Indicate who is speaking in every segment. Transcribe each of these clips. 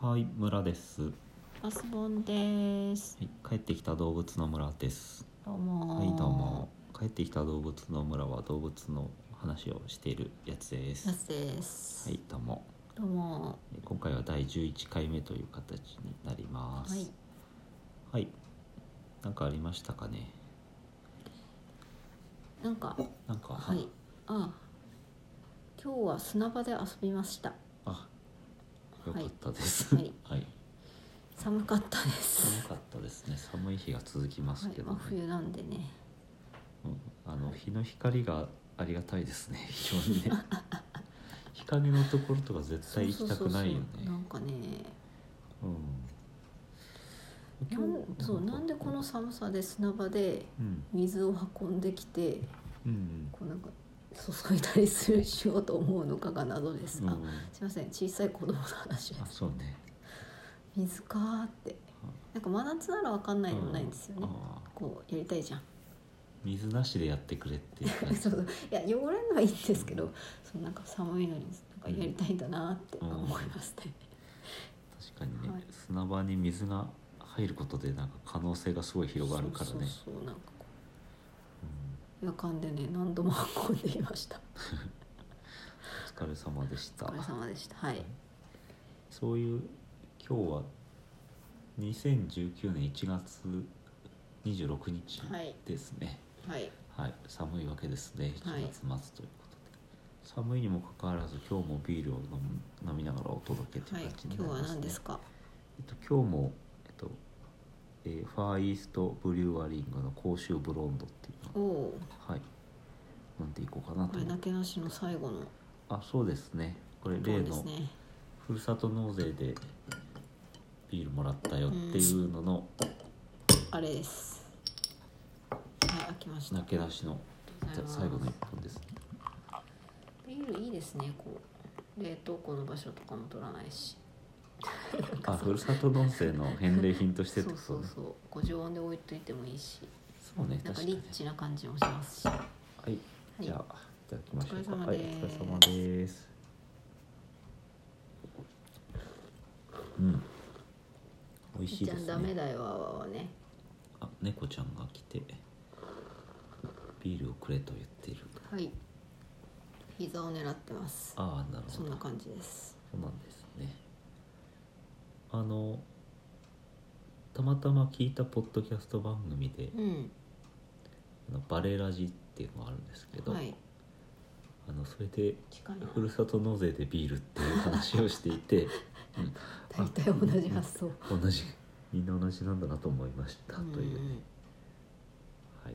Speaker 1: はい、村です。は
Speaker 2: バスボンです。
Speaker 1: い、帰ってきた動物の村です。
Speaker 2: どうも。
Speaker 1: はい、どうも。。帰ってきた動物の村は動物の話をしているやつです。
Speaker 2: ナ
Speaker 1: は
Speaker 2: スです。
Speaker 1: い、。どうも。
Speaker 2: どうも。
Speaker 1: え今回は第11回目という形になります。
Speaker 2: はい。
Speaker 1: はい。なんかありましたかね。
Speaker 2: なんか。
Speaker 1: なんか、
Speaker 2: はい。ああ。今日は砂場で遊びました。
Speaker 1: あ、よかったです。
Speaker 2: は
Speaker 1: はいい。
Speaker 2: 寒かったです。
Speaker 1: 寒かったですね。寒い日が続きます
Speaker 2: は
Speaker 1: け
Speaker 2: い、
Speaker 1: ど、
Speaker 2: 真
Speaker 1: ね
Speaker 2: 冬なんでね。
Speaker 1: うんあの日の光がありがたいですね非常 にね日陰のところとか絶対行きたくないよね
Speaker 2: そうそうそうなんかね。
Speaker 1: う
Speaker 2: なんん、そう、なんでこの寒さで砂場で。
Speaker 1: うん
Speaker 2: 水を運んできて。
Speaker 1: うん
Speaker 2: こうなんか。注いだりするしようと思うのかが謎です。
Speaker 1: うん
Speaker 2: あ
Speaker 1: うん
Speaker 2: すいません、小さい子供の話です
Speaker 1: あ。そうね
Speaker 2: 水かーってなんか真夏ならわかんないでもないんですよね、
Speaker 1: ああ
Speaker 2: こうやりたいじゃん
Speaker 1: 水なしでやってくれっていう感じ
Speaker 2: そうそういや汚れるのはいいんですけど、そうなんか寒いのになんかやりたいんだなーって思いますね、
Speaker 1: 確かにね、
Speaker 2: はい
Speaker 1: 砂場に水が入ることでなんか可能性がすごい広がるからね
Speaker 2: そうそうそうなんかこう夜間でね何度も運んでいました
Speaker 1: うんお疲れ様でし
Speaker 2: お
Speaker 1: た
Speaker 2: 疲れ様でしたはい
Speaker 1: そういう今日は2019年1月26日
Speaker 2: はい
Speaker 1: ですね、
Speaker 2: はい
Speaker 1: はい寒いわけですね
Speaker 2: はい
Speaker 1: 1月末ということで、寒いにもかかわらず今日もビールを飲む飲みながらお届けと
Speaker 2: はいいう
Speaker 1: 感じに
Speaker 2: 今
Speaker 1: な
Speaker 2: 日
Speaker 1: り
Speaker 2: は
Speaker 1: ますね、
Speaker 2: 何ですか
Speaker 1: えっと、今日も、えっとえーファーイーストブリュワリングの甲州ブロンドっていう
Speaker 2: お
Speaker 1: のを
Speaker 2: お
Speaker 1: はい飲んでいこうかな
Speaker 2: ことれ
Speaker 1: 思
Speaker 2: な
Speaker 1: う
Speaker 2: けなしの最後の
Speaker 1: あそうですねこれ
Speaker 2: ど
Speaker 1: 例
Speaker 2: うで
Speaker 1: の
Speaker 2: すね
Speaker 1: ふるさと納税でビールもらったよっていうのの
Speaker 2: あれですはい開きました
Speaker 1: なけなしの
Speaker 2: ありがとうござい
Speaker 1: 最
Speaker 2: ます
Speaker 1: 後の一本ですね
Speaker 2: ビールいいですねこう冷凍庫の場所とかも取らな いし
Speaker 1: あふるさと納税の返礼品としてってこ
Speaker 2: そう
Speaker 1: と
Speaker 2: そう
Speaker 1: ね
Speaker 2: そうご常温で置いといてもいいし
Speaker 1: そうね
Speaker 2: な
Speaker 1: 確
Speaker 2: んか
Speaker 1: かに
Speaker 2: リッチな感じもしますしは
Speaker 1: はい
Speaker 2: い
Speaker 1: じゃあいただきましょうか
Speaker 2: お疲れ様
Speaker 1: はいお
Speaker 2: です
Speaker 1: 疲れ様ですうん美味しい
Speaker 2: ちゃ
Speaker 1: で
Speaker 2: ん
Speaker 1: す
Speaker 2: ダメ
Speaker 1: ね
Speaker 2: だよわわわね
Speaker 1: あ猫ちゃんが来てビールをくれと言っている
Speaker 2: はい膝を狙ってます
Speaker 1: ああなるほ
Speaker 2: そん
Speaker 1: ど
Speaker 2: な感じです
Speaker 1: そうなんですねあのたまたま聞いたポッドキャスト番組で
Speaker 2: うん
Speaker 1: あのバレラジっていうのがあるんですけど、
Speaker 2: はい
Speaker 1: あのそれで
Speaker 2: 近いな
Speaker 1: ふるさと納税でビールっていう話をしていて、 うん
Speaker 2: 大体同じ 発想
Speaker 1: あ同じみんな同じなんだなと思いましたという
Speaker 2: う
Speaker 1: ね
Speaker 2: ん
Speaker 1: はい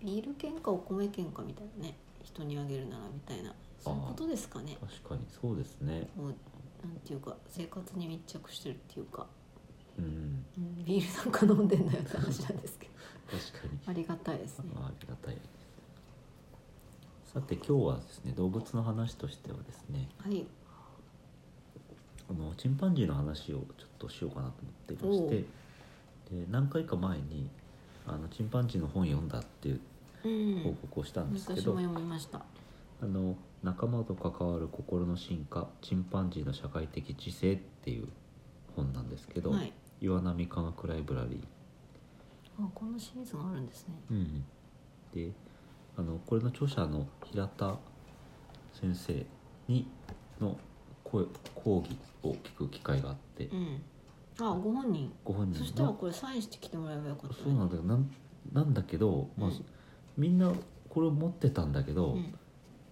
Speaker 2: ビール券かお米券かみたいなね人にあげるならみたいなそういうことですかね
Speaker 1: 確かにそうですね
Speaker 2: もうなんていうか生活に密着してるっていうか
Speaker 1: うん
Speaker 2: うんビールなんか飲んでんだよって話なんですけど
Speaker 1: 確かに
Speaker 2: ありがたいですね
Speaker 1: まあありがたいさて今日はですね動物の話としてはですね
Speaker 2: はい
Speaker 1: あのチンパンジーの話をちょっとしようかなと思ってましてで何回か前にあのチンパンジーの本読んだっていう
Speaker 2: う
Speaker 1: 報
Speaker 2: ん
Speaker 1: 告をしたんですけ
Speaker 2: 私
Speaker 1: ど、
Speaker 2: も読みました
Speaker 1: あの仲間と関わる心の進化チンパンジーの社会的知性っていう本なんですけど、
Speaker 2: はい
Speaker 1: 岩波科学ライブラリー、
Speaker 2: あこんなシリーズがあるんですね
Speaker 1: うん、であのこれの著者の平田先生にの声講義を聞く機会があって、
Speaker 2: うんあご本人
Speaker 1: ご本人
Speaker 2: そ
Speaker 1: の
Speaker 2: したらこれサインしてきてもらえばよかったね
Speaker 1: そうなんだよなんなんだけど、まあ
Speaker 2: うん
Speaker 1: みんなこれを持ってたんだけど、
Speaker 2: うん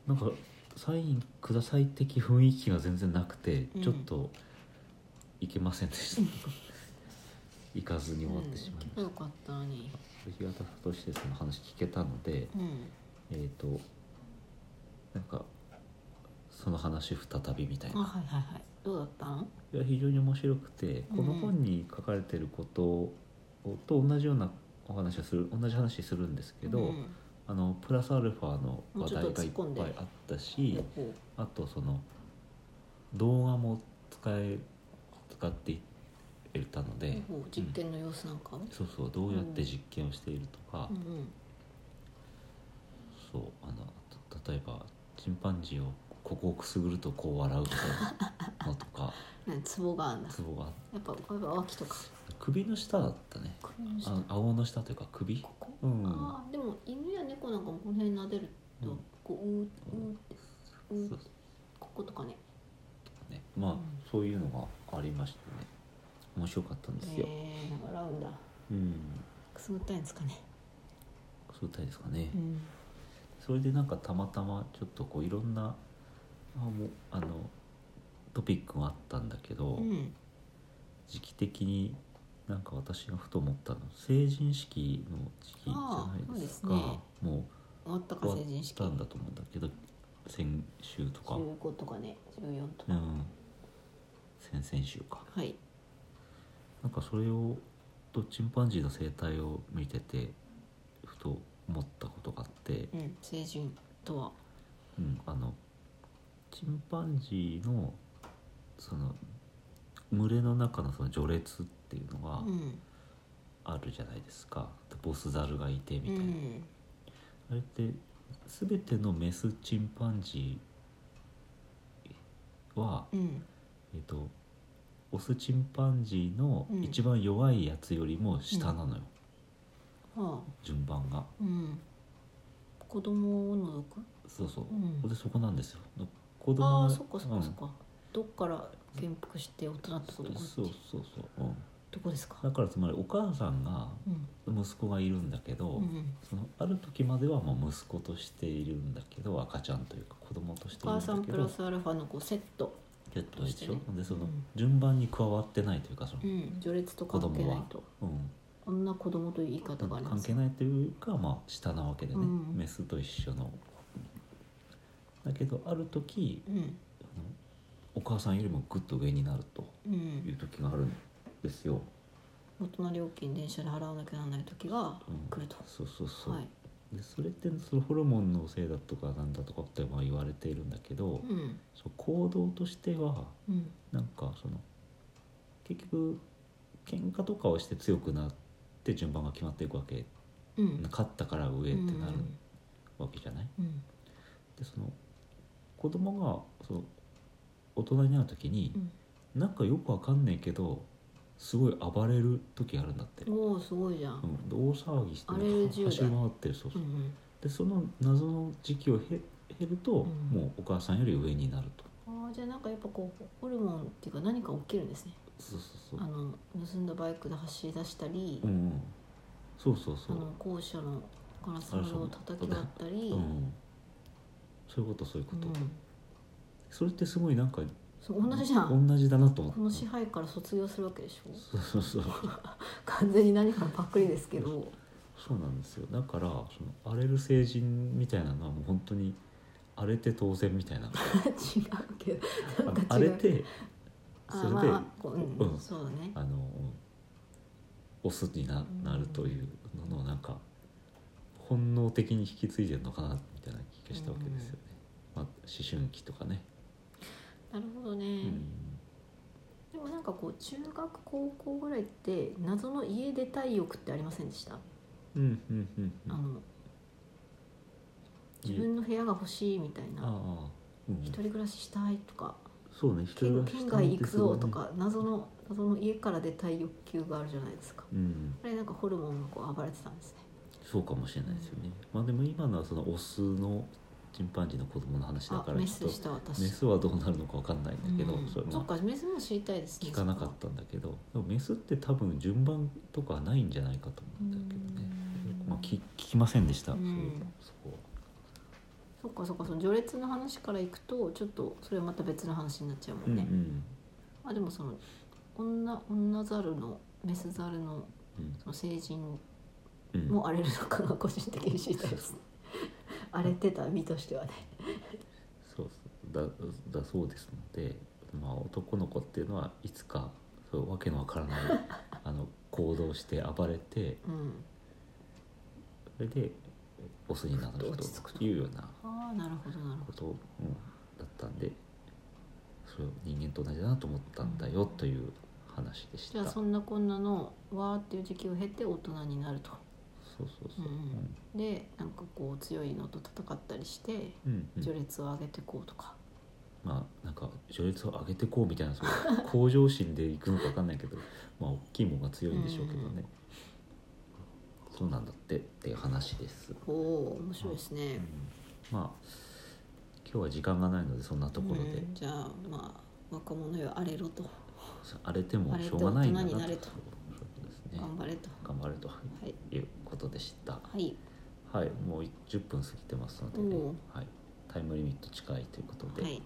Speaker 1: なんかサインください的雰囲気が全然なくて、
Speaker 2: うん
Speaker 1: ちょっといけませんでした 行かずに終わってしまいま
Speaker 2: うん
Speaker 1: し
Speaker 2: よかったのに
Speaker 1: た、平田としてその話聞けたので
Speaker 2: うん
Speaker 1: えっ、となんかその話再びみたい
Speaker 2: あ
Speaker 1: な
Speaker 2: はいはいはいどうだったの
Speaker 1: いや非常に面白くてこの本に書かれてることと同じようなお話をする同じ話するんですけど、
Speaker 2: うん
Speaker 1: あのプラスアルファの話題
Speaker 2: もうち
Speaker 1: が
Speaker 2: ょ
Speaker 1: い
Speaker 2: っ
Speaker 1: っ
Speaker 2: と突っ込んで
Speaker 1: ぱいあったし
Speaker 2: ほう
Speaker 1: あとその動画も使え使っていたので、
Speaker 2: ほう実験の様子なんかを
Speaker 1: そうそうどうやって実験をしているとか、
Speaker 2: うんうん
Speaker 1: そうあの例えばチンパンジーをここをくすぐるとこう笑うとかのとか
Speaker 2: なんかツボがあんだ
Speaker 1: ツボが
Speaker 2: やっぱやっぱ脇とか
Speaker 1: 首の下だったね
Speaker 2: 首の下
Speaker 1: あ顎の下というか首
Speaker 2: ここ、
Speaker 1: うん
Speaker 2: ああでも犬や猫なんかもこの辺撫でると、
Speaker 1: うん
Speaker 2: こううーうーってうー
Speaker 1: そう
Speaker 2: ってこことかね
Speaker 1: ねまあ、
Speaker 2: うん
Speaker 1: そういうのがありましたね面白かったんですよ、
Speaker 2: ええー、洗うんだ
Speaker 1: うん
Speaker 2: くすぐったいんですかね、
Speaker 1: そういうたいですかね、
Speaker 2: ん、
Speaker 1: それでなんかたまたまちょっとこういろんなあもうあのトピックもあったんだけど、
Speaker 2: うん
Speaker 1: 時期的になんか私がふと思ったの成人式の時期じゃないですか
Speaker 2: あーそう
Speaker 1: も
Speaker 2: 終わった
Speaker 1: う
Speaker 2: か
Speaker 1: 終
Speaker 2: 成
Speaker 1: わ
Speaker 2: 人
Speaker 1: っ
Speaker 2: 式
Speaker 1: たんだと思うんだけど先週とか、う
Speaker 2: 15とかね14とか、
Speaker 1: ん、先々週か
Speaker 2: はい
Speaker 1: なんかそれをとチンパンジーの生態を見ててふと思ったことがあって、
Speaker 2: うん成人とは
Speaker 1: うん、あのチンパンジーのその群れの中のその序列っていうのが
Speaker 2: うん
Speaker 1: あるじゃないですか、ボスザルがいてみ
Speaker 2: う
Speaker 1: たいな、
Speaker 2: ん
Speaker 1: あれって全てのメスチンパンジーは、
Speaker 2: うん
Speaker 1: えっとオスチンパンジーの一番弱いやつよりも下なのよ、
Speaker 2: はあ
Speaker 1: 順番が
Speaker 2: うん子供を除く
Speaker 1: そうそう、
Speaker 2: うん
Speaker 1: でそこなんですよ子供
Speaker 2: あ
Speaker 1: が
Speaker 2: あそっかそっかそ
Speaker 1: う
Speaker 2: っ
Speaker 1: ん
Speaker 2: か、どっから転覆して大人ってこ
Speaker 1: そ
Speaker 2: と
Speaker 1: う
Speaker 2: か
Speaker 1: そうそうそう、うん、
Speaker 2: どこですか
Speaker 1: だからつまりお母さんが
Speaker 2: うん
Speaker 1: 息子がいるんだけど、
Speaker 2: うん
Speaker 1: そのある時まではまあ息子としているんだけど赤ちゃんというか子供として
Speaker 2: お
Speaker 1: いるん
Speaker 2: 母
Speaker 1: だけど
Speaker 2: さんプラスアルファのこうセット、
Speaker 1: ちょっとでしょ、
Speaker 2: としてね
Speaker 1: でその
Speaker 2: うん
Speaker 1: 順番に加わってないというかその、
Speaker 2: うん、序列と関係ないと
Speaker 1: うん
Speaker 2: こんな子供という言い方がありま
Speaker 1: 関
Speaker 2: す
Speaker 1: 係ないというかまあ下なわけでね、
Speaker 2: うん
Speaker 1: メスと一緒の。だけどある時
Speaker 2: うん
Speaker 1: あのお母さんよりもぐっと上になると
Speaker 2: う
Speaker 1: いうん時があるんですよ。
Speaker 2: 大人料金電車で払わなきゃならない時が
Speaker 1: うん
Speaker 2: 来ると、
Speaker 1: そうそうそう、
Speaker 2: はい
Speaker 1: でそれってそのホルモンのせいだとかなんだとかってまあ言われているんだけど、
Speaker 2: うん
Speaker 1: そう行動としては
Speaker 2: うん
Speaker 1: なんかその結局喧嘩とかをして強くなって順番が決まっていくわけ、
Speaker 2: うん
Speaker 1: 勝ったから上ってなるわけじゃない、
Speaker 2: うん
Speaker 1: でその子供がその大人になる時に
Speaker 2: う、ん
Speaker 1: なんかよくわかんないけどすごい暴れる時あるんだって、うん
Speaker 2: おおすごいじゃん、
Speaker 1: で大騒ぎして
Speaker 2: 荒れる10代
Speaker 1: 走り回ってるそう
Speaker 2: う
Speaker 1: そうん
Speaker 2: うん
Speaker 1: でその謎の時期をへ減ると、
Speaker 2: ん
Speaker 1: もうお母さんより上になると
Speaker 2: ああじゃあなんかやっぱこうホルモンっていうか何か起きるんですね
Speaker 1: そうそうそ
Speaker 2: あ
Speaker 1: う
Speaker 2: の盗んだバイクで走り出したり、
Speaker 1: うんうんそうそう
Speaker 2: あ
Speaker 1: そう
Speaker 2: の校舎のガラス窓を叩き割ったり、
Speaker 1: うん、そういうことそういうこと、
Speaker 2: うん
Speaker 1: それってすごいなんか
Speaker 2: そう同じじゃん
Speaker 1: 同じだなと思った
Speaker 2: この支配から卒業するわけでしょ
Speaker 1: そうそうそう
Speaker 2: 完全に何かのパクリですけど
Speaker 1: そうなんですよだからその荒れる成人みたいなのはもう本当に荒れて当然みたい な
Speaker 2: 違うけどなんか
Speaker 1: 荒
Speaker 2: 違
Speaker 1: れ
Speaker 2: う
Speaker 1: て
Speaker 2: あ
Speaker 1: そ
Speaker 2: ー
Speaker 1: れで、
Speaker 2: まあこうう
Speaker 1: うん
Speaker 2: んそうだね
Speaker 1: あのオスにななるというののなんか本能的に引き継いでるのかなみたいな気がしたわけですよね、まあ、思春期とかね、
Speaker 2: なるほどね、
Speaker 1: うん
Speaker 2: でもなんかこう中学高校ぐらいって謎の家出たい欲ってありませんでした、
Speaker 1: うんうんうんうん
Speaker 2: あ
Speaker 1: あ
Speaker 2: の自分の部屋が欲しいみたいな
Speaker 1: あうん
Speaker 2: 一人暮らししたいとか
Speaker 1: そうね一人暮
Speaker 2: 県
Speaker 1: らし
Speaker 2: 県
Speaker 1: したい
Speaker 2: 外
Speaker 1: っ
Speaker 2: 行
Speaker 1: て
Speaker 2: く
Speaker 1: すご
Speaker 2: ぞ
Speaker 1: いね
Speaker 2: とか謎の謎の家から出たい欲求があるじゃないですか
Speaker 1: うん
Speaker 2: あれなんかホルモンがこう暴れてたんですね
Speaker 1: そうかもしれないですよねまあでも今のはそのオスのチンパンジーの子供の話だ
Speaker 2: あ
Speaker 1: から
Speaker 2: メ
Speaker 1: ち
Speaker 2: ス
Speaker 1: ょ
Speaker 2: で
Speaker 1: っ
Speaker 2: し
Speaker 1: と
Speaker 2: た私
Speaker 1: メスはどうなるのかわかんないんだけど、
Speaker 2: うん
Speaker 1: それ
Speaker 2: そっ
Speaker 1: まあ
Speaker 2: かメスも知りたいですね
Speaker 1: 聞かなかったんだけどでもメスって多分順番とかはないんじゃないかと思うんだけどね
Speaker 2: うん
Speaker 1: まあ聞聞きませんでした、
Speaker 2: うん
Speaker 1: そういえばそこは
Speaker 2: そっかそっかその序列の話からいくとちょっとそれはまた別の話になっちゃうも
Speaker 1: うんんう
Speaker 2: ね、
Speaker 1: ん
Speaker 2: まあでもその女女ザルのメスザルの
Speaker 1: うん
Speaker 2: その成人
Speaker 1: うん
Speaker 2: も荒れるのかが個人的に知りたいです、荒れてた身としてはね
Speaker 1: そうそうだだそうですので、まあ、男の子っていうのはいつかそうわけのわからない あの行動して暴れて
Speaker 2: うん
Speaker 1: それでボスになる
Speaker 2: ふっと落ち着く
Speaker 1: というような
Speaker 2: ああなるほどなるほ
Speaker 1: こと、うんだったんでそれを人間と同じだなと思ったんだよという話でし
Speaker 2: どじゃ
Speaker 1: た。
Speaker 2: あそんなこんなのわーっていう時期を経て大人になると
Speaker 1: そうそうそう。
Speaker 2: うんでなんかこう強いのと戦ったりして
Speaker 1: うんうん
Speaker 2: 序列を上げてこうとか、
Speaker 1: まあなんか序列を上げてこうみたいなそういう 向上心でいくのか分かんないけどまあ大きいものが強いんでしょうけどね、そうなんだってっていう話です、
Speaker 2: おお面白いですね、
Speaker 1: うんまあ今日は時間がないのでそんなところで、
Speaker 2: うんじゃあまあ若者よ荒れろと
Speaker 1: 荒れてもしょうがないんだなと
Speaker 2: 荒れて大人
Speaker 1: そういうことですね
Speaker 2: 頑張れと、
Speaker 1: 頑張れと
Speaker 2: はい
Speaker 1: いうことでした
Speaker 2: はい
Speaker 1: はいもう10分過ぎてますので、
Speaker 2: おう
Speaker 1: はい、タイムリミット近いということで、
Speaker 2: はい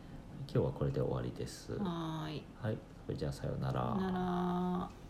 Speaker 1: 今日はこれで終わりです
Speaker 2: はーい
Speaker 1: はい、それじゃあさようなら。
Speaker 2: なら